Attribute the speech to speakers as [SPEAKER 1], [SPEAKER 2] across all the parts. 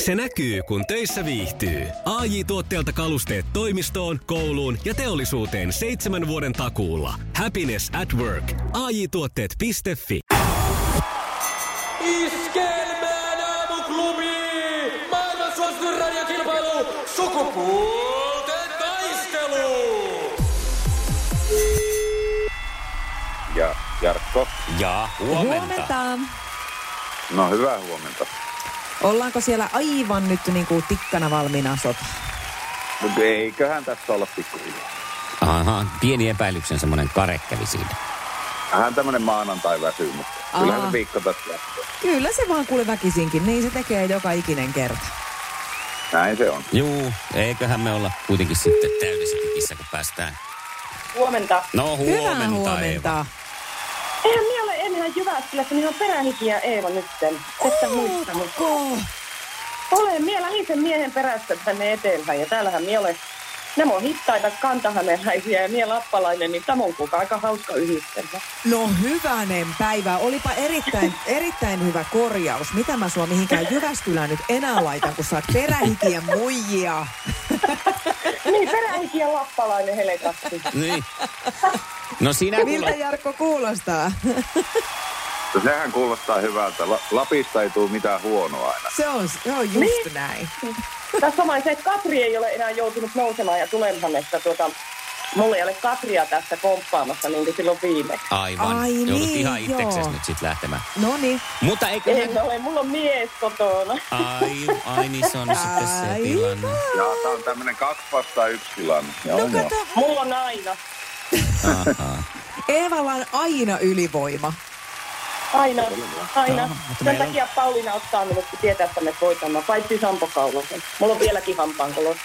[SPEAKER 1] Se näkyy, kun töissä viihtyy. ai tuotteelta kalusteet toimistoon, kouluun ja teollisuuteen seitsemän vuoden takuulla. Happiness at work. ai tuotteetfi
[SPEAKER 2] Iskelmään aamuklubi! Maailman suosituin radiokilpailu! Sukupuolten taistelu!
[SPEAKER 3] Ja Jarkko.
[SPEAKER 4] Ja huomenta.
[SPEAKER 5] Huomenta.
[SPEAKER 3] No hyvää huomenta.
[SPEAKER 5] Ollaanko siellä aivan nyt niin kuin tikkana valmiina sota?
[SPEAKER 3] Mutta eiköhän tässä olla pikkuhiljaa.
[SPEAKER 4] Aha, pieni epäilyksen semmoinen kare kävi siinä.
[SPEAKER 3] Vähän tämmönen maanantai väsyy, mutta
[SPEAKER 5] Aa.
[SPEAKER 3] kyllähän se viikko tässä lähtee.
[SPEAKER 5] Kyllä se vaan kuule väkisinkin, niin se tekee joka ikinen kerta.
[SPEAKER 3] Näin se on.
[SPEAKER 4] Juu, eiköhän me olla kuitenkin sitten täydessä kikissä, kun päästään.
[SPEAKER 6] Huomenta.
[SPEAKER 4] No huomenta,
[SPEAKER 5] Hyvää
[SPEAKER 4] Eeva.
[SPEAKER 5] huomenta.
[SPEAKER 6] Eihän minä ole enää Jyväskylässä, niin on perähikiä Eeva nytten. Että muista, mutta
[SPEAKER 5] Ootko?
[SPEAKER 6] olen minä lähisen miehen perässä tänne eteenpäin ja täällähän minä olen. Nämä on hittaita kantahaneläisiä ja minä lappalainen, niin tämä on kuka aika hauska yhdistelmä.
[SPEAKER 5] No hyvänen päivä. Olipa erittäin, erittäin hyvä korjaus. Mitä mä sua mihinkään Jyväskylään nyt enää laitan, kun sä oot perähikien muijia.
[SPEAKER 6] Niin, perähikiä lappalainen helekasti.
[SPEAKER 4] Niin. No sinä kuulo...
[SPEAKER 5] Miltä Jarkko kuulostaa?
[SPEAKER 3] No Sehän kuulostaa hyvältä. La- Lapista ei tule mitään huonoa aina.
[SPEAKER 5] Se on, se on
[SPEAKER 6] Niin.
[SPEAKER 5] just näin.
[SPEAKER 6] Tässä on vain se, että Katri ei ole enää joutunut nousemaan ja tulemaan, että tuota, mulla ei ole Katria tässä komppaamassa niin kuin silloin viimeksi.
[SPEAKER 4] Aivan.
[SPEAKER 5] Ai
[SPEAKER 4] Joudut
[SPEAKER 5] niin,
[SPEAKER 4] ihan itseksesi
[SPEAKER 5] joo.
[SPEAKER 4] nyt sitten lähtemään.
[SPEAKER 5] No niin.
[SPEAKER 4] Mutta eikö
[SPEAKER 6] En ole, mulla on mies kotona.
[SPEAKER 4] Ai, ai niin se on sitten se
[SPEAKER 5] Aivan.
[SPEAKER 4] tilanne.
[SPEAKER 3] Ja tää on tämmönen kaksi vastaan yksi tilanne. Ja
[SPEAKER 5] No
[SPEAKER 3] on joo.
[SPEAKER 5] kato,
[SPEAKER 6] Mulla on aina,
[SPEAKER 4] Ahaa.
[SPEAKER 5] Eevalla on aina ylivoima.
[SPEAKER 6] aina,
[SPEAKER 4] Joo,
[SPEAKER 6] aina.
[SPEAKER 4] mutta
[SPEAKER 6] Sen
[SPEAKER 4] meillä on-
[SPEAKER 6] takia Pauliina ottaa minut, kun tietää, että me voitamme, paitsi Sampo Kaulosen. Mulla on vieläkin hampaankolo.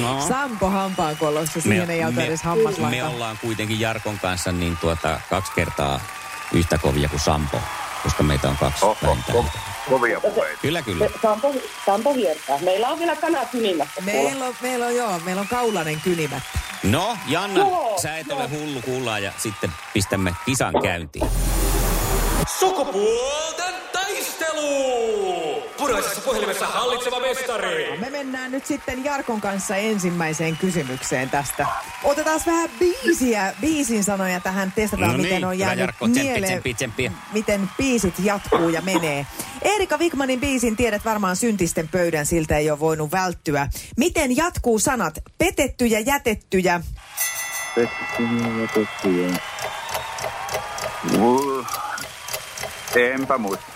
[SPEAKER 4] No.
[SPEAKER 5] Sampo hampaan kolossa, siihen ei auta edes
[SPEAKER 4] me
[SPEAKER 5] hammaslaita.
[SPEAKER 4] ollaan kuitenkin Jarkon kanssa niin tuota, kaksi kertaa yhtä kovia kuin Sampo, koska meitä on kaksi
[SPEAKER 3] Oho,
[SPEAKER 4] vähintään.
[SPEAKER 3] ko- kovia puheita.
[SPEAKER 4] Kyllä, kyllä.
[SPEAKER 6] Sampo, Sampo hiertää. Meillä on vielä kanat kynimässä. kuule.
[SPEAKER 5] Meillä on, meillä on, joo, meillä on kaulanen kylimättä.
[SPEAKER 4] No, Janna,
[SPEAKER 6] Joo,
[SPEAKER 4] sä et
[SPEAKER 6] joo.
[SPEAKER 4] ole hullu kuulla ja sitten pistämme kisan käyntiin.
[SPEAKER 2] Sukupuolten taistelu! Punaisessa puhelimessa hallitseva mestari!
[SPEAKER 5] Me mennään nyt sitten Jarkon kanssa ensimmäiseen kysymykseen tästä. Otetaan vähän biisiä, biisin sanoja tähän, testataan
[SPEAKER 4] No niin,
[SPEAKER 5] miten on
[SPEAKER 4] hyvä
[SPEAKER 5] jäänyt
[SPEAKER 4] Jarkko, tsemppi,
[SPEAKER 5] mieleen,
[SPEAKER 4] tsemppi, tsemppi.
[SPEAKER 5] miten biisit jatkuu ja menee. Erika Wigmanin biisin tiedät varmaan syntisten pöydän, siltä ei ole voinut välttyä. Miten jatkuu sanat petetty ja jätetty ja
[SPEAKER 3] Pettyjä ja pettyjä. Uh, Enpä muista.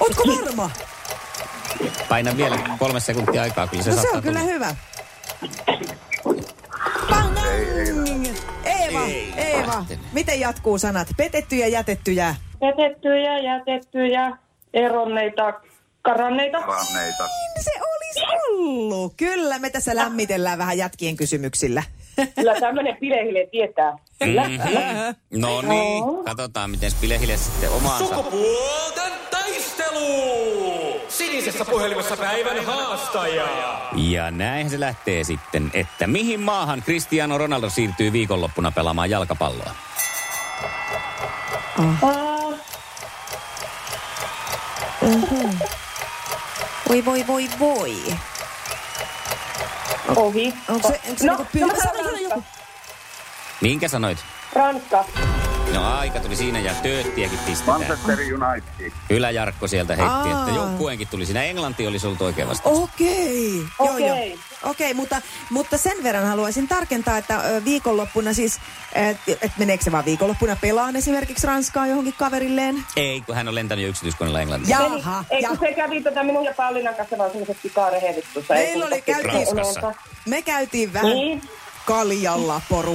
[SPEAKER 5] Ootko varma?
[SPEAKER 4] Paina vielä kolme sekuntia aikaa, kyllä se
[SPEAKER 5] No se
[SPEAKER 4] saattaa
[SPEAKER 5] on kyllä
[SPEAKER 4] tulla.
[SPEAKER 5] hyvä. Pangang! Eeva,
[SPEAKER 4] Ei
[SPEAKER 5] Eeva,
[SPEAKER 4] lähtenyt.
[SPEAKER 5] miten jatkuu sanat? Petetty ja jätetty ja...
[SPEAKER 6] Jätettyjä, jätettyjä, eronneita, karanneita.
[SPEAKER 3] Ranneita.
[SPEAKER 5] Se olisi ollut. Kyllä, me tässä lämmitellään vähän jätkien kysymyksillä.
[SPEAKER 6] Kyllä tämmöinen pilehille tietää.
[SPEAKER 5] Mm-hmm.
[SPEAKER 4] Mhm. No niin, katsotaan miten Spilehille sitten omaansa.
[SPEAKER 2] Sukupuolten taistelu! Sinisessä puhelimessa päivän haastaja!
[SPEAKER 4] Ja näinhän se lähtee sitten, että mihin maahan Cristiano Ronaldo siirtyy viikonloppuna pelaamaan jalkapalloa?
[SPEAKER 6] Aa,
[SPEAKER 5] Voi voi voi voi.
[SPEAKER 6] ohi.
[SPEAKER 5] Onko se, onko se
[SPEAKER 6] no,
[SPEAKER 5] niinku
[SPEAKER 6] no,
[SPEAKER 5] pyy-
[SPEAKER 6] mä
[SPEAKER 5] Sano, sano
[SPEAKER 6] sanon
[SPEAKER 5] joku.
[SPEAKER 6] Ranska.
[SPEAKER 4] Minkä sanoit?
[SPEAKER 6] Ranska.
[SPEAKER 4] No aika tuli siinä ja tööttiäkin pistetään.
[SPEAKER 3] Manchester United.
[SPEAKER 4] Kyllä Jarkko sieltä heitti,
[SPEAKER 5] Aa.
[SPEAKER 4] että joukkueenkin tuli siinä. Englanti olisi ollut oikein vasta.
[SPEAKER 5] Okei. Joo,
[SPEAKER 6] Okei.
[SPEAKER 5] joo. Okei, mutta, mutta sen verran haluaisin tarkentaa, että ö, viikonloppuna siis, että et meneekö se vaan viikonloppuna pelaan esimerkiksi Ranskaa johonkin kaverilleen?
[SPEAKER 4] Ei, kun hän on lentänyt jo yksityiskoneella Englantiin.
[SPEAKER 5] Jaha.
[SPEAKER 6] Ei,
[SPEAKER 5] ja-
[SPEAKER 6] kun se kävi tätä minun ja Paulinan kanssa vaan semmoiset pikarehevit tuossa. Niin,
[SPEAKER 5] Meillä
[SPEAKER 6] ei kun-
[SPEAKER 5] oli- käytiin-
[SPEAKER 4] Ranskassa.
[SPEAKER 5] Me käytiin vähän
[SPEAKER 6] Niin.
[SPEAKER 5] kaljalla poru.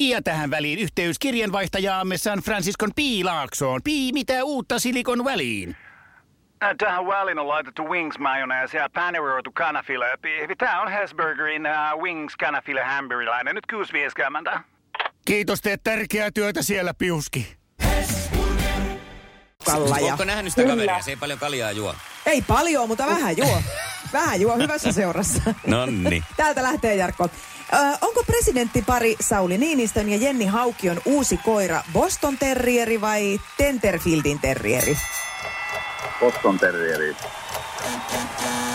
[SPEAKER 7] Ja tähän väliin yhteys kirjanvaihtajaamme San Franciscon P. Laaksoon. Pii, mitä uutta Silikon väliin? Äh, Tähän väliin on laitettu wings mayonnaise ja paneroitu kanafila. Tämä on Hesburgerin uh, wings kanafila hamburilainen. Nyt kuusi vieskäämäntä. Kiitos, teet tärkeää työtä siellä, Piuski.
[SPEAKER 5] Kalla ja...
[SPEAKER 4] Oletko nähnyt sitä kaveria? Se ei paljon kaljaa juo.
[SPEAKER 5] Ei paljon, mutta vähän juo. Vähän juo hyvässä seurassa.
[SPEAKER 4] Nonni.
[SPEAKER 5] Täältä lähtee Jarkko. Ö, onko presidenttipari Sauli Niinistön ja Jenni Haukion uusi koira Boston Terrieri vai Tenterfieldin Terrieri?
[SPEAKER 3] Boston Terrieri.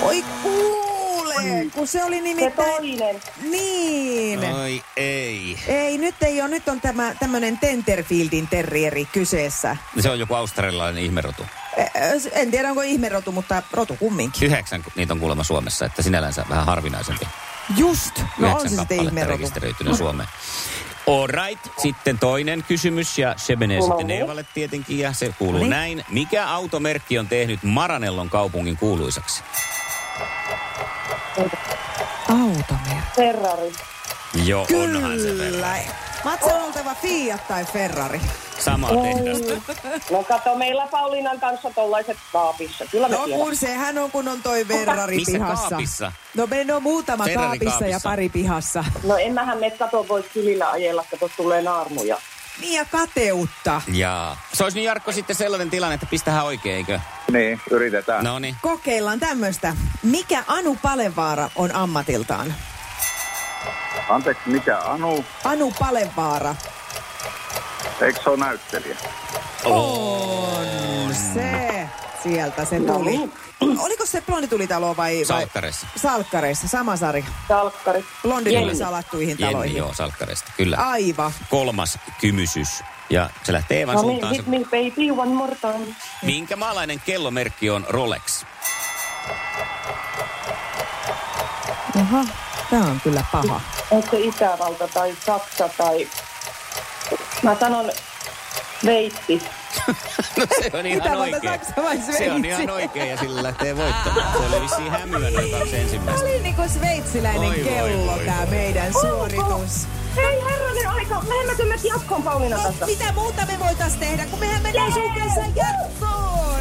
[SPEAKER 5] Oi kuule, kun se oli
[SPEAKER 6] Se
[SPEAKER 5] nimittäin...
[SPEAKER 6] toinen.
[SPEAKER 5] Niin.
[SPEAKER 4] Oi ei.
[SPEAKER 5] Ei, nyt ei ole. Nyt on tämä tämmöinen Tenterfieldin terrieri kyseessä.
[SPEAKER 4] Se on joku australialainen ihmerotu.
[SPEAKER 5] Ö, ö, En tiedä, onko ihmerotu, mutta rotu kumminkin.
[SPEAKER 4] Yhdeksän ku- niitä on kuulemma Suomessa, että sinällänsä vähän harvinaisempi.
[SPEAKER 5] Just. No on
[SPEAKER 4] Yhdeksän
[SPEAKER 5] se sitten
[SPEAKER 4] kappaletta
[SPEAKER 5] ihmerotu.
[SPEAKER 4] rekisteröitynyt Suomeen. All right. Sitten toinen kysymys ja se menee
[SPEAKER 6] Kuuluu.
[SPEAKER 4] sitten Neuvalle tietenkin ja se kuuluu
[SPEAKER 5] Niin.
[SPEAKER 4] näin. Mikä automerkki on tehnyt Maranellon kaupungin kuuluisaksi?
[SPEAKER 5] Automerkki.
[SPEAKER 6] Ferrari.
[SPEAKER 4] Joo, onhan se
[SPEAKER 5] Kyllä.
[SPEAKER 4] verran.
[SPEAKER 5] Mats on oltava Fiat tai Ferrari.
[SPEAKER 4] Samaa tehdasta.
[SPEAKER 6] No kato, meillä Pauliinan kanssa tollaiset kaapissa. Kyllä me
[SPEAKER 5] No
[SPEAKER 6] tiedämme.
[SPEAKER 5] kun sehän on, kun on toi Ferrari
[SPEAKER 4] Missä
[SPEAKER 5] pihassa.
[SPEAKER 4] kaapissa?
[SPEAKER 5] No meillä on muutama
[SPEAKER 4] Ferrari
[SPEAKER 5] kaapissa ja
[SPEAKER 4] kaapissa.
[SPEAKER 5] pari pihassa.
[SPEAKER 6] No emmähän me kato voi kylillä ajella, kato tulee naarmuja.
[SPEAKER 5] Niin ja kateutta.
[SPEAKER 4] Jaa. Se olisi nyt Jarkko sitten sellainen tilanne, että pistähän oikein, eikö?
[SPEAKER 3] Niin, yritetään.
[SPEAKER 4] No niin.
[SPEAKER 5] Kokeillaan tämmöistä. Mikä Anu Palevaara on ammatiltaan?
[SPEAKER 3] Anteeksi, mikä Anu?
[SPEAKER 5] Anu Palevaara.
[SPEAKER 3] Eikö se ole näyttelijä?
[SPEAKER 5] On se. Sieltä se tuli. Oliko se Blonditulitalo vai? vai-
[SPEAKER 4] Salkkareissa.
[SPEAKER 5] Salkkareissa, sama sari.
[SPEAKER 6] Salkkari.
[SPEAKER 5] Blondi tuli
[SPEAKER 6] Jenni.
[SPEAKER 5] salattuihin
[SPEAKER 4] Jenni,
[SPEAKER 5] taloihin.
[SPEAKER 4] joo, salkkareista. Kyllä.
[SPEAKER 5] Aivan.
[SPEAKER 4] Kolmas kymysys. Ja se lähtee Eevan
[SPEAKER 6] No niin,
[SPEAKER 4] suuntaan.
[SPEAKER 6] hit
[SPEAKER 4] Se,
[SPEAKER 6] me baby one more time.
[SPEAKER 4] minkä maalainen kellomerkki on Rolex?
[SPEAKER 5] Aha, tää on kyllä paha.
[SPEAKER 6] Onko se Itävalta tai Saksa tai... Mä sanon Sveitsi.
[SPEAKER 4] No se on ihan
[SPEAKER 5] Itävalta,
[SPEAKER 4] oikein.
[SPEAKER 5] Saksa vai
[SPEAKER 4] Se on
[SPEAKER 5] Sveitsi?
[SPEAKER 4] ihan oikein ja sillä lähtee voittamaan. Se oli vissiin hämyä noin kaksi
[SPEAKER 5] Tämä
[SPEAKER 4] ensimmäistä.
[SPEAKER 5] oli niinku sveitsiläinen
[SPEAKER 4] Oi, voi,
[SPEAKER 5] kello
[SPEAKER 4] voi,
[SPEAKER 5] tämä
[SPEAKER 4] voi.
[SPEAKER 5] meidän suoritus.
[SPEAKER 6] Hei herranen aika, lähemmekö me jatkoon Pauliina
[SPEAKER 5] No,
[SPEAKER 6] kanssa?
[SPEAKER 5] mitä muuta me voitais tehdä, kun mehän mennään sun kanssa jatkoon?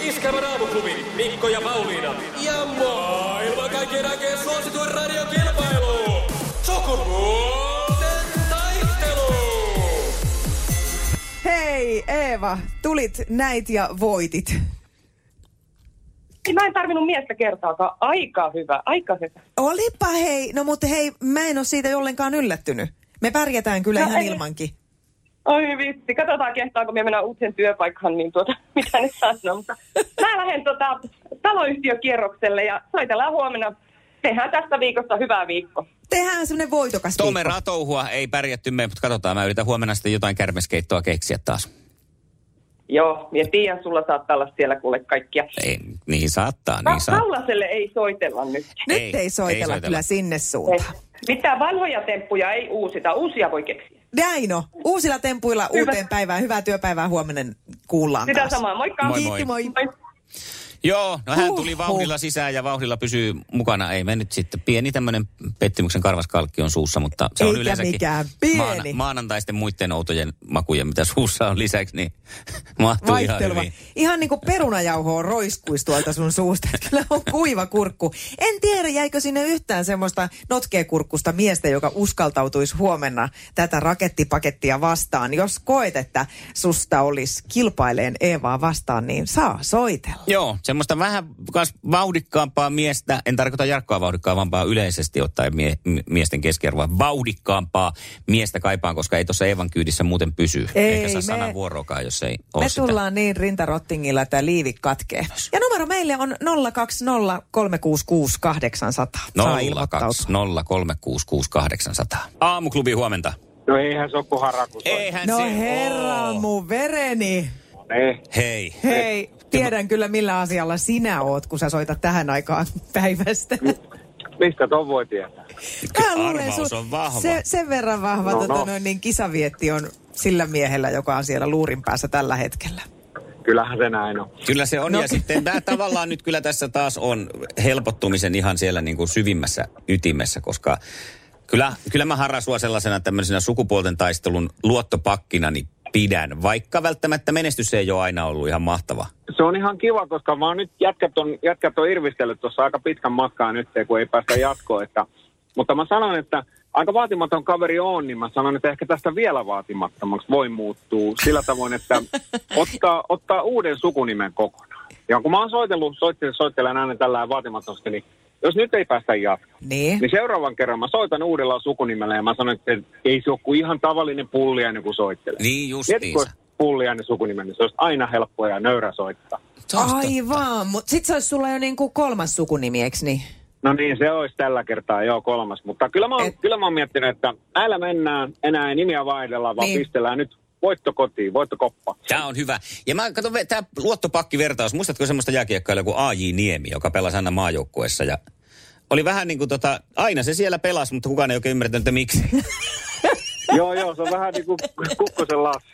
[SPEAKER 2] Iskävän aamuklubi, Mikko ja Pauliina. Ja maailman kaikkien aikeen suosituen radiokilpailu. Sukupuolten taistelu.
[SPEAKER 5] Hei Eeva, tulit näit ja voitit.
[SPEAKER 6] Mä en tarvinnut miestä kertaakaan. Aika hyvä, aika hyvä.
[SPEAKER 5] Olipa hei, no mutta hei, mä en ole siitä ollenkaan yllättynyt. Me pärjätään kyllä
[SPEAKER 6] No
[SPEAKER 5] ihan
[SPEAKER 6] ei.
[SPEAKER 5] ilmankin.
[SPEAKER 6] Oi vitsi, katsotaan kehtaanko me mennään uuteen työpaikkaan, niin tuota, mitä ne sanoo. Mutta mä lähden tota, taloyhtiökierrokselle ja soitellaan huomenna. Tehdään tästä viikosta hyvää viikko.
[SPEAKER 5] Tehdään semmonen voitokas
[SPEAKER 4] Tome
[SPEAKER 5] viikko.
[SPEAKER 4] ratouhua ei pärjätty me, mutta katsotaan. Mä yritän huomenna sitten jotain kärmeskeittoa keksiä taas.
[SPEAKER 6] Joo, ja tiedän, sulla saattaa olla siellä kuule kaikkia.
[SPEAKER 4] Ei, niin saattaa,
[SPEAKER 6] Ka-
[SPEAKER 4] niin saa.
[SPEAKER 6] Kaulaselle ei soitella nyt.
[SPEAKER 5] Nyt ei,
[SPEAKER 4] Ei,
[SPEAKER 5] soitella,
[SPEAKER 4] ei soitella.
[SPEAKER 5] kyllä sinne
[SPEAKER 6] Ei.
[SPEAKER 5] suuntaan.
[SPEAKER 6] Mitään vanhoja temppuja ei uusita, uusia voi keksiä.
[SPEAKER 5] Näin on. Uusilla tempuilla
[SPEAKER 6] Hyvä.
[SPEAKER 5] uuteen päivään. Hyvää työpäivää huomenna kuullaan
[SPEAKER 6] Sitä
[SPEAKER 5] taas.
[SPEAKER 6] samaa, moikka!
[SPEAKER 4] Moi,
[SPEAKER 5] Kiitti, moi.
[SPEAKER 6] moi.
[SPEAKER 4] Joo, no hän tuli
[SPEAKER 5] Huhhuh.
[SPEAKER 4] vauhdilla sisään ja vauhdilla pysyy mukana. Ei me nyt sitten pieni tämmöinen pettymyksen karvaskalkki on suussa, mutta se on
[SPEAKER 5] Eikä
[SPEAKER 4] yleensäkin
[SPEAKER 5] mikään pieni.
[SPEAKER 4] maanantaisten muiden outojen makuja, mitä suussa on lisäksi, niin mahtuu ihan
[SPEAKER 5] Vaihtelua.
[SPEAKER 4] hyvin.
[SPEAKER 5] Ihan niin kuin perunajauho on roiskuis tuolta sun suusta. Kyllä on kuiva kurkku. En tiedä, jäikö sinne yhtään semmoista notkeakurkkusta miestä, joka uskaltautuisi huomenna tätä rakettipakettia vastaan. Jos koet, että susta olisi kilpaileen Eevaa vastaan, niin saa soitella.
[SPEAKER 4] Joo, semmoista vähän kas vauhdikkaampaa miestä, en tarkoita Jarkkoa vauhdikkaampaa yleisesti ottaen mie- m- miesten keskiarvoa, vauhdikkaampaa miestä kaipaan, koska ei tuossa Eevan kyydissä muuten pysy.
[SPEAKER 5] Ei,
[SPEAKER 4] Eikä saa
[SPEAKER 5] me-
[SPEAKER 4] sanan vuorokaan, jos ei ole
[SPEAKER 5] Me
[SPEAKER 4] sitä.
[SPEAKER 5] tullaan niin rintarottingilla, että liivi katkee. Ja numero meille on 020 366 800. Saa ilmoittautua.
[SPEAKER 4] 020366800. Aamuklubi huomenta.
[SPEAKER 8] No eihän se ole kuin harakus.
[SPEAKER 4] Eihän
[SPEAKER 5] No
[SPEAKER 4] se
[SPEAKER 5] herra
[SPEAKER 4] oo.
[SPEAKER 5] mun vereni.
[SPEAKER 3] Eh,
[SPEAKER 8] Ei.
[SPEAKER 4] Hei.
[SPEAKER 5] Hei, tiedän kyllä millä asialla sinä oot, kun sä soitat tähän aikaan päivästä.
[SPEAKER 8] Mistä ton voi tietää?
[SPEAKER 5] Mä
[SPEAKER 4] arvaus on vahva.
[SPEAKER 5] Se, sen verran vahva no,
[SPEAKER 8] No,
[SPEAKER 5] tota,
[SPEAKER 8] no.
[SPEAKER 5] Noin, niin kisavietti on sillä miehellä, joka on siellä luurin päässä tällä hetkellä.
[SPEAKER 8] Kyllähän se näin on.
[SPEAKER 4] Kyllä se on.
[SPEAKER 5] No.
[SPEAKER 4] No. Ja sitten tämä tavallaan nyt kyllä tässä taas on helpottumisen ihan siellä niin kuin syvimmässä ytimessä, koska kyllä, kyllä mä harrasua sellaisena tämmöisenä sukupuolten taistelun luottopakkina, niin pidän, vaikka välttämättä menestys ei ole aina ollut ihan mahtava.
[SPEAKER 8] Se on ihan kiva, koska mä oon No nyt jätkät on, jätkät on irvistellyt tuossa aika pitkän matkaa nyt, kun ei päästä jatkoon. Että, mutta mä sanon, että aika vaatimaton kaveri on, niin mä sanon, että ehkä tästä vielä vaatimattomaksi voi muuttuu sillä tavoin, että ottaa, ottaa uuden sukunimen kokonaan. Ja kun mä oon soitellut, soittelen, soittelen aina tällä vaatimattomasti, niin jos nyt ei päästä jatkoon,
[SPEAKER 5] Niin.
[SPEAKER 8] niin seuraavan kerran mä soitan uudella sukunimellä ja mä sanon, että ei se ole kuin ihan tavallinen pulliainen, kun soittelee.
[SPEAKER 4] Niin
[SPEAKER 8] Tiedätkö,
[SPEAKER 4] justiinsa.
[SPEAKER 8] jos pulliainen sukunimen, niin se olisi aina helppoa ja nöyrä soittaa.
[SPEAKER 4] Se on totta.
[SPEAKER 5] Aivan, mutta sit se olisi sulla jo niinku kolmas sukunimi, eiks niin?
[SPEAKER 8] No niin, se olisi tällä kertaa jo kolmas. Mutta kyllä mä, oon,
[SPEAKER 5] Et-
[SPEAKER 8] kyllä mä oon miettinyt, että älä mennään enää ei nimiä vaihdella, vaan
[SPEAKER 5] Niin.
[SPEAKER 8] niin. pistellään nyt voitto kotiin, voittokoppa.
[SPEAKER 4] Tämä on hyvä. Ja mä katson, tämä luottopakkivertaus. Muistatko semmoista jääkiekkoilijaa kuin A.J. Niemi, joka pelasi aina maajoukkueessa ja oli vähän niin kuin tota, aina se siellä pelasi, mutta kukaan ei oikein ymmärtänyt, että miksi.
[SPEAKER 8] joo, joo, se on vähän
[SPEAKER 9] niinku-
[SPEAKER 8] niin kuin Kukkosen Lassi.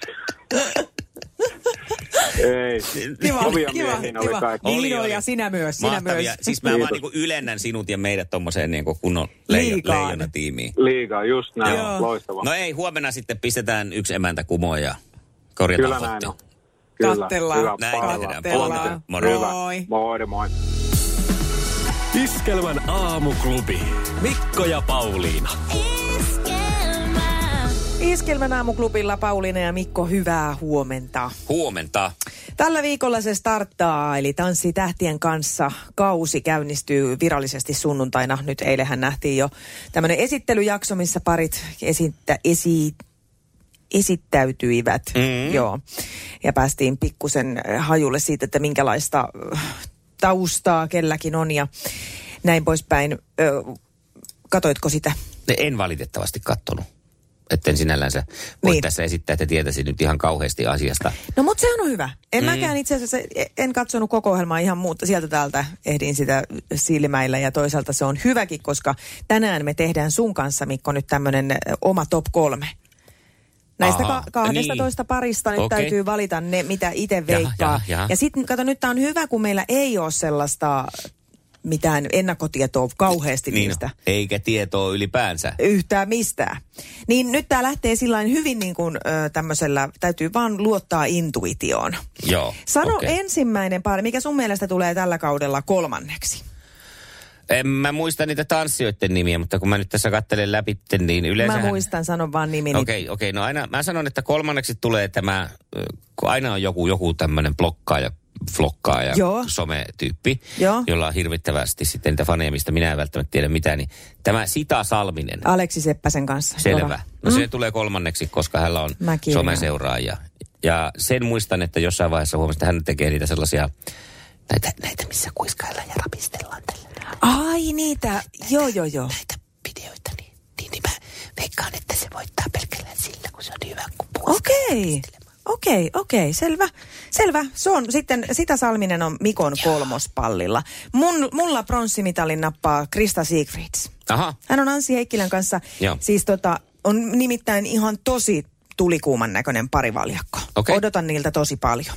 [SPEAKER 8] ei, kovia miehiä oli kaikki.
[SPEAKER 4] Oli,
[SPEAKER 5] Niino
[SPEAKER 4] oli.
[SPEAKER 5] Niin ja sinä myös, sinä
[SPEAKER 4] Mahtavia.
[SPEAKER 5] myös.
[SPEAKER 4] Siis mä vaan
[SPEAKER 8] Kiitos.
[SPEAKER 4] niin kuin ylennän sinut ja meidät tommoseen niin kuin kunnon leijon,
[SPEAKER 5] Liigaan.
[SPEAKER 4] leijona tiimiin.
[SPEAKER 8] Liigaa, just näin,
[SPEAKER 5] Joo.
[SPEAKER 8] joo. loistavaa.
[SPEAKER 4] No ei, huomenna sitten pistetään yksi emäntä kumoon ja korjataan
[SPEAKER 8] Kyllä näin
[SPEAKER 4] fotti.
[SPEAKER 8] on. Kyllä,
[SPEAKER 5] Kattellaan.
[SPEAKER 8] Hyvä,
[SPEAKER 4] Näin
[SPEAKER 8] palaa.
[SPEAKER 4] tehdään.
[SPEAKER 5] Kattellaan.
[SPEAKER 8] Palaa.
[SPEAKER 4] Moro.
[SPEAKER 8] Hyvä. Moi, moi.
[SPEAKER 1] Iskelmän aamuklubi. Mikko ja Pauliina.
[SPEAKER 5] Iskelmän aamuklubilla Pauliina ja Mikko, hyvää huomenta.
[SPEAKER 4] Huomenta.
[SPEAKER 5] Tällä viikolla se starttaa, eli Tanssi tähtien kanssa kausi käynnistyy virallisesti sunnuntaina. Nyt eilähän nähtiin jo tämmöinen esittelyjakso, missä parit esittä, esi, esittäytyivät. Mm. Joo. Ja päästiin pikkusen äh, hajulle siitä, että minkälaista äh, taustaa kelläkin on ja näin poispäin. Ö, Katoitko sitä?
[SPEAKER 4] En valitettavasti kattonut. Etten sinällänsä voi
[SPEAKER 5] Niin.
[SPEAKER 4] niin. tässä esittää, että tietäisin nyt ihan kauheasti asiasta.
[SPEAKER 5] No mutta sehän on hyvä. En mm. mäkään itse asiassa, en katsonut koko ohjelmaa ihan muuta. Sieltä täältä ehdin sitä silmäillä ja toisaalta se on hyväkin, koska tänään me tehdään sun kanssa, Mikko, nyt tämmöinen oma top kolme. Näistä
[SPEAKER 4] Aha,
[SPEAKER 5] ka- 12
[SPEAKER 4] niin.
[SPEAKER 5] parista nyt
[SPEAKER 4] Okei.
[SPEAKER 5] täytyy valita ne, mitä itse veikkaa.
[SPEAKER 4] jaha, jaha.
[SPEAKER 5] Ja sitten, kato, nyt tämä on hyvä, kun meillä ei ole sellaista mitään ennakkotietoa kauheasti
[SPEAKER 4] Niin,
[SPEAKER 5] niistä
[SPEAKER 4] eikä tietoa ylipäänsä.
[SPEAKER 5] yhtään mistään. Niin nyt tämä lähtee sillain hyvin niin kuin ö, tämmöisellä, täytyy vaan luottaa intuitioon.
[SPEAKER 4] Joo.
[SPEAKER 5] Sano okay.
[SPEAKER 4] okei.
[SPEAKER 5] ensimmäinen pari, mikä sun mielestä tulee tällä kaudella kolmanneksi?
[SPEAKER 4] En mä muista niitä tanssijoiden nimiä, mutta kun mä nyt tässä kattelen läpi, niin yleensä...
[SPEAKER 5] Mä muistan, sanon vaan niin nimeni. Okay.
[SPEAKER 4] Okei, okei. no aina, mä sanon, että kolmanneksi tulee tämä, ö, kun aina on joku, joku tämmöinen blokkaaja, flokkaaja,
[SPEAKER 5] Joo.
[SPEAKER 4] sometyyppi,
[SPEAKER 5] Joo.
[SPEAKER 4] jolla on hirvittävästi sitten niitä faneja, mistä minä en välttämättä tiedä mitään, niin tämä Sita Salminen,
[SPEAKER 5] Aleksi Seppäsen kanssa.
[SPEAKER 4] selvä. No
[SPEAKER 5] Mm.
[SPEAKER 4] se tulee kolmanneksi, koska hänellä on
[SPEAKER 5] Mä kirjaan.
[SPEAKER 4] someseuraajia. Ja sen muistan, että jossain vaiheessa huomasin, että hän tekee niitä sellaisia, näitä, näitä missä kuiskaillaan ja rapistellaan tällä.
[SPEAKER 5] Joo. Ai niitä, joo joo joo.
[SPEAKER 4] näitä videoita, niin, niin, niin mä veikkaan, että se voittaa pelkällä sillä, kun se on niin hyvä, kun puhuu.
[SPEAKER 5] Okei. Okei, okei, selvä. Selvä. Se on sitten, sitä Salminen on Mikon kolmospallilla. Mun, mulla pronssimitalin nappaa Krista Siegfrieds.
[SPEAKER 4] Aha,
[SPEAKER 5] Hän on Anssi Heikkilän kanssa,
[SPEAKER 4] Joo.
[SPEAKER 5] siis tota, on nimittäin ihan tosi tulikuuman näköinen parivaljakko.
[SPEAKER 4] Okei.
[SPEAKER 5] Odotan niiltä tosi paljon.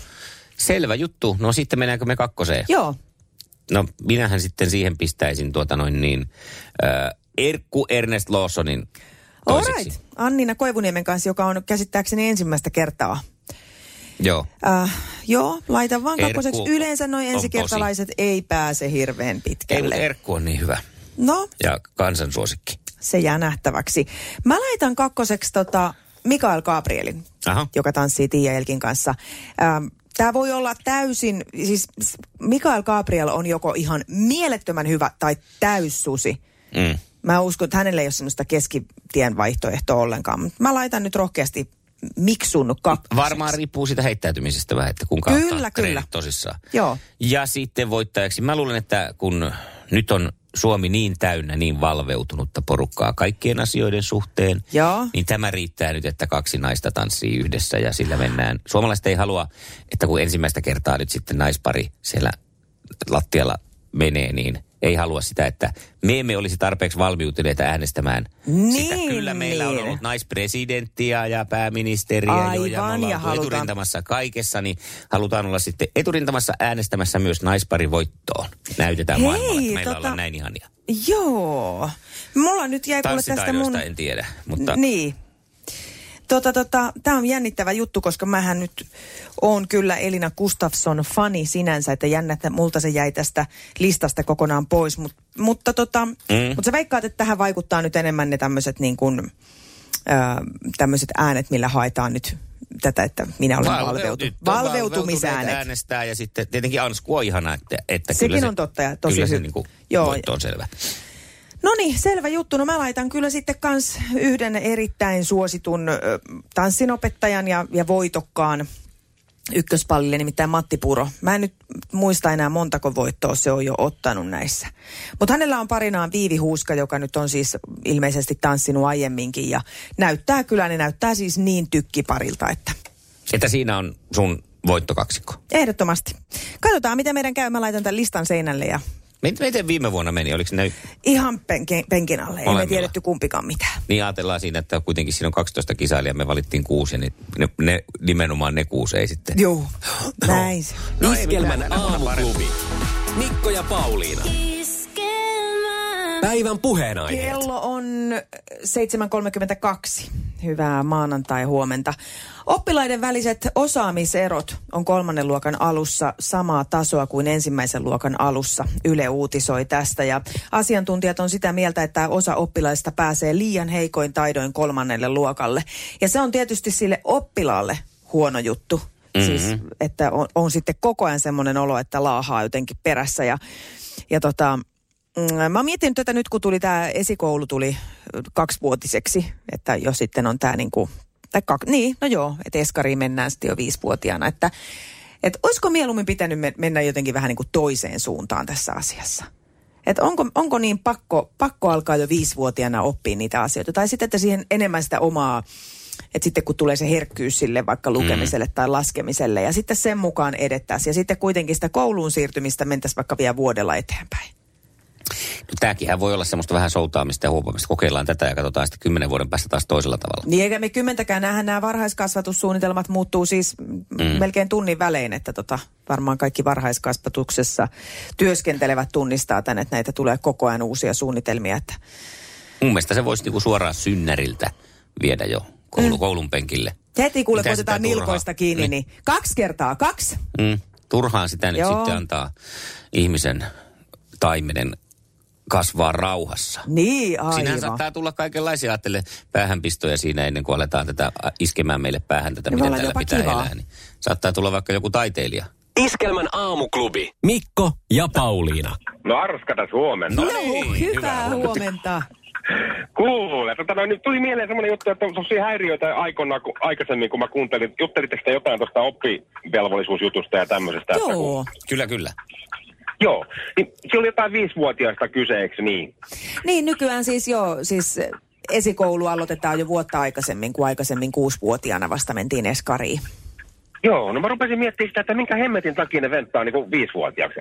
[SPEAKER 4] selvä juttu. No sitten mennäänkö me kakkoseen?
[SPEAKER 5] Joo,
[SPEAKER 4] No minähän sitten siihen pistäisin tuota noin niin, äh, Erkku Ernest Lawsonin toiseksi.
[SPEAKER 5] Alright. Anniina Koivuniemen kanssa, joka on käsittääkseni ensimmäistä kertaa.
[SPEAKER 4] Joo.
[SPEAKER 5] Äh, joo, laita vaan
[SPEAKER 4] Erkku
[SPEAKER 5] kakkoseksi. Yleensä noin
[SPEAKER 4] on
[SPEAKER 5] ensikertalaiset ei pääse hirveän
[SPEAKER 4] Ei, mutta
[SPEAKER 5] pitkälle.
[SPEAKER 4] Erkku on niin hyvä
[SPEAKER 5] no,
[SPEAKER 4] ja kansansuosikki.
[SPEAKER 5] se jää nähtäväksi. Mä laitan kakkoseksi tota Mikael Gabrielin,
[SPEAKER 4] Aha.
[SPEAKER 5] joka tanssii Tiia Elkin kanssa. Ähm, Tämä voi olla täysin, siis s- Mikael Gabriel on joko ihan mielettömän hyvä tai täyssusi.
[SPEAKER 4] Mm.
[SPEAKER 5] Mä uskon, että hänellä ei ole semmoista keskitien vaihtoehtoa ollenkaan. Mut Mä laitan nyt rohkeasti miksun kakkoseksi.
[SPEAKER 4] Varmaan riippuu siitä heittäytymisestä vähän, että kuinka
[SPEAKER 5] Kyllä,
[SPEAKER 4] ottaa
[SPEAKER 5] kyllä.
[SPEAKER 4] treenit tosissaan.
[SPEAKER 5] Joo.
[SPEAKER 4] Ja sitten voittajaksi. Mä luulen, että kun nyt on Suomi niin täynnä, niin valveutunutta porukkaa kaikkien asioiden suhteen,
[SPEAKER 5] Joo.
[SPEAKER 4] niin tämä riittää nyt, että kaksi naista tanssii yhdessä ja sillä mennään. Suomalaiset ei halua, että kun ensimmäistä kertaa nyt sitten naispari siellä lattialla menee, niin ei halua sitä, että me emme olisi tarpeeksi valmiutuneita äänestämään sitä.
[SPEAKER 5] Niin,
[SPEAKER 4] Kyllä meillä on
[SPEAKER 5] niin.
[SPEAKER 4] ollut naispresidenttiä ja pääministeriä jo, ja me
[SPEAKER 5] Aivan,
[SPEAKER 4] ollaan
[SPEAKER 5] ja
[SPEAKER 4] oltu
[SPEAKER 5] halutaan-
[SPEAKER 4] eturintamassa kaikessa, niin halutaan olla sitten eturintamassa äänestämässä myös naispari voittoon. Näytetään
[SPEAKER 5] Hei,
[SPEAKER 4] maailmalle, että meillä
[SPEAKER 5] tota-
[SPEAKER 4] tota... ollaan näin ihania.
[SPEAKER 5] Joo. Mulla nyt jäi kuule tästä mun...
[SPEAKER 4] Tanssitaidosta en tiedä, mutta
[SPEAKER 5] Niin. Tota, tota, Tämä on jännittävä juttu, koska mähän nyt on kyllä Elina Gustafsson fani sinänsä, että jännä, että multa se jäi tästä listasta kokonaan pois. Mut, mutta tota, mm. mut sä veikkaat, että tähän vaikuttaa nyt enemmän ne tämmöiset niin kuin, tämmöiset äänet, millä haetaan nyt tätä, että minä olen
[SPEAKER 4] Valveu-
[SPEAKER 5] valveutu,
[SPEAKER 4] nyt on valveutuneet
[SPEAKER 5] valveutumisäänet.
[SPEAKER 4] äänestää ja sitten tietenkin Ansku on ihana, että, että
[SPEAKER 5] Sekin
[SPEAKER 4] kyllä se,
[SPEAKER 5] on totta ja tosi
[SPEAKER 4] kyllä se
[SPEAKER 5] hy-
[SPEAKER 4] niin kuin
[SPEAKER 5] Joo.
[SPEAKER 4] voitto on selvä.
[SPEAKER 5] No niin, selvä juttu. No mä laitan kyllä sitten kans yhden erittäin suositun ö, tanssinopettajan ja, ja voitokkaan ykköspallille, nimittäin Matti Puro. Mä en nyt muista enää montako voittoa se on jo ottanut näissä. Mutta hänellä on parinaan Viivi Huuska, joka nyt on siis ilmeisesti tanssinut aiemminkin ja näyttää kyllä, ne näyttää siis niin tykkiparilta, että
[SPEAKER 4] Että siinä on sun voittokaksikko.
[SPEAKER 5] ehdottomasti. Katsotaan, mitä meidän käy. Mä laitan tämän listan seinälle ja
[SPEAKER 4] Miten, miten viime vuonna meni? Oliko ne,
[SPEAKER 5] ihan penke, penkin alle. Ei me
[SPEAKER 4] Molemmilla.
[SPEAKER 5] tiedetty kumpikaan mitään.
[SPEAKER 4] niin ajatellaan siinä, että kuitenkin siinä on 12 kisailijaa, me valittiin kuusi ja ne, ne, ne, nimenomaan ne kuusi ei sitten.
[SPEAKER 5] Joo, näin se.
[SPEAKER 1] Iskelmän aamuklubi. Mikko ja Pauliina. Päivän puheenaiheet.
[SPEAKER 5] Kello on 7.32. Hyvää maanantai-huomenta. Oppilaiden väliset osaamiserot on kolmannen luokan alussa samaa tasoa kuin ensimmäisen luokan alussa. Yle uutisoi tästä ja asiantuntijat on sitä mieltä, että osa oppilaista pääsee liian heikoin taidoin kolmannelle luokalle. Ja se on tietysti sille oppilaalle huono juttu. Mm-hmm. Siis, että on, on sitten koko ajan semmoinen olo, että laahaa jotenkin perässä ja, ja tota, Mm, Mä oon miettinyt tätä nyt, kun tuli tämä esikoulu tuli ö, kaksivuotiseksi, että jos sitten on tämä niinku, tai kak, niin, no joo, että eskariin mennään sitten jo viisivuotiaana, että et olisiko mieluummin pitänyt men- mennä jotenkin vähän niinku toiseen suuntaan tässä asiassa? Et onko, onko niin pakko, pakko alkaa jo viisivuotiaana oppia niitä asioita? Tai sitten, että siihen enemmän sitä omaa, että sitten kun tulee se herkkyys sille vaikka lukemiselle tai laskemiselle ja sitten sen mukaan edettäisiin. Ja sitten kuitenkin sitä kouluun siirtymistä mentäisiin vaikka vielä vuodella eteenpäin.
[SPEAKER 4] Tämäkin voi olla semmoista vähän soutaamista ja huopaamista. Kokeillaan tätä ja katsotaan sitten kymmenen vuoden päästä taas toisella tavalla.
[SPEAKER 5] Niin eikä me kymmentäkään. Nämähän nämä varhaiskasvatussuunnitelmat muuttuu siis mm. melkein tunnin välein, että tota, varmaan kaikki varhaiskasvatuksessa työskentelevät tunnistaa tän, että näitä tulee koko ajan uusia suunnitelmia. Että
[SPEAKER 4] Mun mielestä se voisi niinku suoraan synnäriltä viedä jo koulu, mm. koulun penkille.
[SPEAKER 5] heti kuule,
[SPEAKER 4] Mitä
[SPEAKER 5] kun otetaan
[SPEAKER 4] sitä turhaa?
[SPEAKER 5] nilkoista kiinni, niin. niin kaksi kertaa kaksi.
[SPEAKER 4] Mm. Turhaan sitä nyt
[SPEAKER 5] Joo.
[SPEAKER 4] sitten antaa ihmisen taimenen kasvaa rauhassa.
[SPEAKER 5] Niin, aivan.
[SPEAKER 4] Sinähän saattaa tulla kaikenlaisia ajattele päähänpistoja siinä ennen kuin aletaan tätä ä, iskemään meille päähän tätä,
[SPEAKER 5] Ja me
[SPEAKER 4] miten
[SPEAKER 5] ollaan
[SPEAKER 4] täällä
[SPEAKER 5] jopa
[SPEAKER 4] pitää
[SPEAKER 5] kivaa.
[SPEAKER 4] elää. Niin saattaa tulla vaikka joku taiteilija.
[SPEAKER 1] Iskelmän aamuklubi. Mikko ja Pauliina.
[SPEAKER 9] No arskata Suomen.
[SPEAKER 5] No, hyvää huomenta.
[SPEAKER 9] Kuule, tota, no, nyt tuli mieleen semmoinen juttu, että on tosi häiriöitä aikoinaan, kun, aikaisemmin, kun mä kuuntelin, juttelitteko te jotain tuosta oppivelvollisuusjutusta ja tämmöisestä? Että kun-
[SPEAKER 5] Joo.
[SPEAKER 4] Kyllä, kyllä.
[SPEAKER 9] joo. Niin, se oli jotain viisivuotiaista kyseeksi, niin.
[SPEAKER 5] Niin, nykyään siis joo, siis esikoulu aloitetaan jo vuotta aikaisemmin, kuin aikaisemmin kuusivuotiaana vasta mentiin eskariin.
[SPEAKER 9] Joo, no mä rupesin miettimään sitä, että minkä hemmetin takia ne venttaa niin viisivuotiaaksi.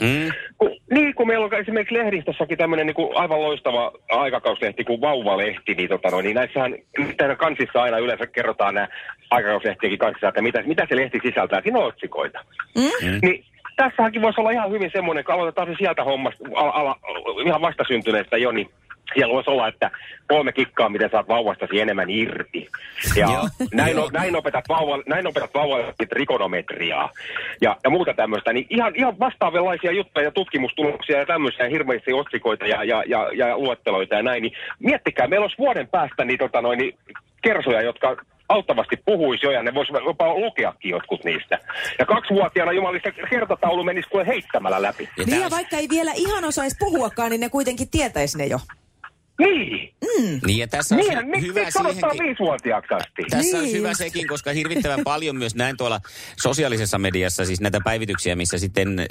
[SPEAKER 4] Mm.
[SPEAKER 9] Kun, niin, kun meillä on esimerkiksi lehdistössäkin tämmöinen niin aivan loistava aikakauslehti kuin Vauvalehti, niin, tota, no, niin näissähän mitä kansissa aina yleensä kerrotaan nämä aikakauslehtiäkin kansissa, että mitä, mitä se lehti sisältää, siinä on otsikoita. Mm. Niin, tässähänkin voisi olla ihan hyvin semmoinen, kun aloitetaan se sieltä hommasta, ala, ala, ihan vastasyntyneestä jo, niin siellä voisi olla, että kolme kikkaa, miten saat vauvastasi enemmän irti. Ja näin, o, näin, opetat vauva, näin opetat vauvalle trikonometriaa ja, ja muuta tämmöistä. Niin ihan, ihan vastaavanlaisia juttuja ja tutkimustuloksia ja tämmöisiä hirveisiä otsikoita ja, ja, ja, ja luetteloita ja näin. Niin miettikää, meillä olisi vuoden päästä niin, tota noin, niin kersoja, jotka auttavasti puhuisi jo ja ne voisi jopa lukeakin jotkut niistä. Ja kaksivuotiaana jumalista kertataulu menisi kuin heittämällä läpi.
[SPEAKER 4] Ja
[SPEAKER 5] Niin
[SPEAKER 4] tää
[SPEAKER 5] ja vaikka ei vielä ihan osaisi puhuakaan, niin ne kuitenkin tietäisi ne jo.
[SPEAKER 9] Niin!
[SPEAKER 4] Niin ja tässä on
[SPEAKER 9] Niin,
[SPEAKER 4] hy-
[SPEAKER 9] miksi
[SPEAKER 4] hyvä
[SPEAKER 9] miksi odottaa
[SPEAKER 4] siihenkin.
[SPEAKER 9] viisivuotiaaksi asti?
[SPEAKER 4] Tässä on
[SPEAKER 5] Niin
[SPEAKER 4] hyvä
[SPEAKER 5] just.
[SPEAKER 4] sekin, koska hirvittävän paljon myös näin tuolla sosiaalisessa mediassa, siis näitä päivityksiä, missä sitten eh,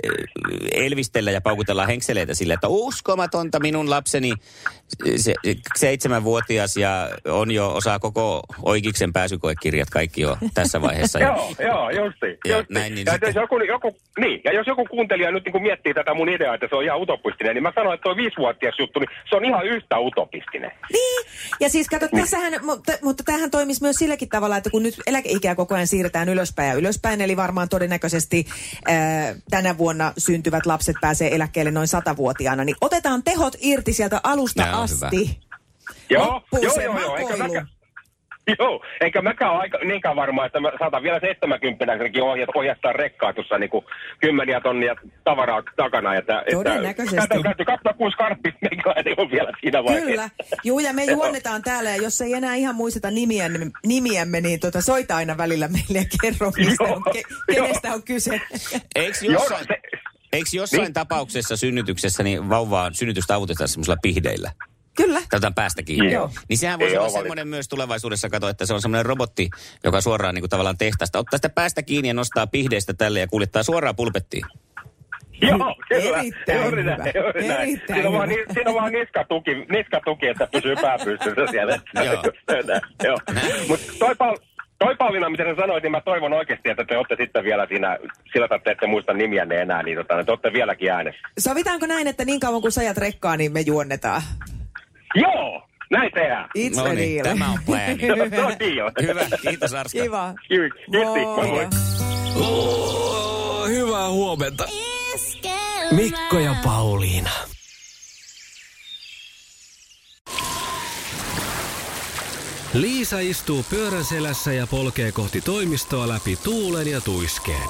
[SPEAKER 4] elvistellään ja paukutellaan henkseleitä sillä, että uskomatonta minun lapseni, eh, se, se, seitsemänvuotias ja on jo, osaa koko Oikiksen pääsykoekirjat kaikki jo tässä vaiheessa. Ja
[SPEAKER 9] Joo, joo, justi.
[SPEAKER 4] Ja
[SPEAKER 9] justi.
[SPEAKER 4] näin, niin
[SPEAKER 9] ja
[SPEAKER 4] sitten-
[SPEAKER 9] jos joku, joku, niin, ja jos joku kuuntelija nyt niin kuin miettii tätä mun ideaa, että se on ihan utopistinen, niin mä sanon, että tuo viisivuotias juttu, niin se on ihan yhtä utopistinen.
[SPEAKER 5] Niin. Ja siis kato, tässähän, mutta, mutta tämähän toimisi myös silläkin tavalla, että kun nyt eläkeikää koko ajan siirretään ylöspäin ja ylöspäin, eli varmaan todennäköisesti ää, tänä vuonna syntyvät lapset pääsee eläkkeelle noin satavuotiaana, niin otetaan tehot irti sieltä alusta
[SPEAKER 4] Nää on
[SPEAKER 5] asti.
[SPEAKER 9] Joo,
[SPEAKER 5] Loppuu
[SPEAKER 9] joo,
[SPEAKER 5] se
[SPEAKER 9] joo, joo, eikä
[SPEAKER 5] makoilu.
[SPEAKER 9] mäkä, Joo, eikä mäkään ole aika, niinkään varma, että mä saatan vielä 70 ohjat, ohjastaa rekkaa tuossa niinku kymmeniä tonnia tavaraa takana. Että,
[SPEAKER 5] Todennäköisesti.
[SPEAKER 9] Että, kato, kato, 26 karppista meikäläinen on vielä siinä vaiheessa.
[SPEAKER 5] Kyllä. Juu, ja me juonnetaan täällä, ja jos ei enää ihan muisteta nimiämme, nimiämme niin tota, soita aina välillä meille ja kerro, mistä
[SPEAKER 9] Joo,
[SPEAKER 5] on, ke-
[SPEAKER 9] joo.
[SPEAKER 5] kenestä on kyse.
[SPEAKER 4] Eikö
[SPEAKER 9] Joo,
[SPEAKER 4] jossain,
[SPEAKER 9] se,
[SPEAKER 4] eikö jossain niin. tapauksessa synnytyksessä niin vauvaa synnytystä avutetaan semmoisilla pihdeillä?
[SPEAKER 5] Kyllä.
[SPEAKER 4] Tätä päästä kiinni.
[SPEAKER 5] Joo.
[SPEAKER 4] Niin sehän voisi
[SPEAKER 9] Ei
[SPEAKER 4] olla
[SPEAKER 9] ole
[SPEAKER 4] semmoinen myös tulevaisuudessa, kato, että se on semmoinen robotti, joka suoraan niin kuin tavallaan tehtaasta ottaa sitä päästä kiinni ja nostaa pihdeistä tälle ja kuljettaa suoraan pulpettiin.
[SPEAKER 9] Joo,
[SPEAKER 5] Niin,
[SPEAKER 9] kyllä.
[SPEAKER 5] Erittäin
[SPEAKER 9] juuri
[SPEAKER 5] hyvä.
[SPEAKER 9] näin, juuri näin.
[SPEAKER 5] Erittäin
[SPEAKER 9] siinä, on vaan,
[SPEAKER 5] hyvä.
[SPEAKER 9] ni- siinä on vaan niskatuki, niskatuki, että pysyy pää pystyssä siellä.
[SPEAKER 4] Joo.
[SPEAKER 9] Joo. Mutta toi, Paul- toi Pauliina, mitä sä sanoit, niin mä toivon oikeasti, että te olette sitten vielä siinä, sillä tavalla, että ette muista nimiänne enää, niin tota, te olette vieläkin äänessä.
[SPEAKER 5] Sovitaanko näin, että niin kauan kun sä ajat rekkaa, niin me juonnetaan?
[SPEAKER 9] Joo, näin tehdään. No
[SPEAKER 5] It's
[SPEAKER 4] No
[SPEAKER 5] a
[SPEAKER 4] niin,
[SPEAKER 5] deal.
[SPEAKER 4] tämä on plääni.
[SPEAKER 9] Niin Joo, se on deal.
[SPEAKER 4] Hyvä, kiitos Arska.
[SPEAKER 5] Kiva.
[SPEAKER 9] Kiitos, moi moi.
[SPEAKER 1] Oh, hyvää huomenta. Mikko ja Pauliina. Liisa istuu pyörän selässä ja polkee kohti toimistoa läpi tuulen ja tuiskeen.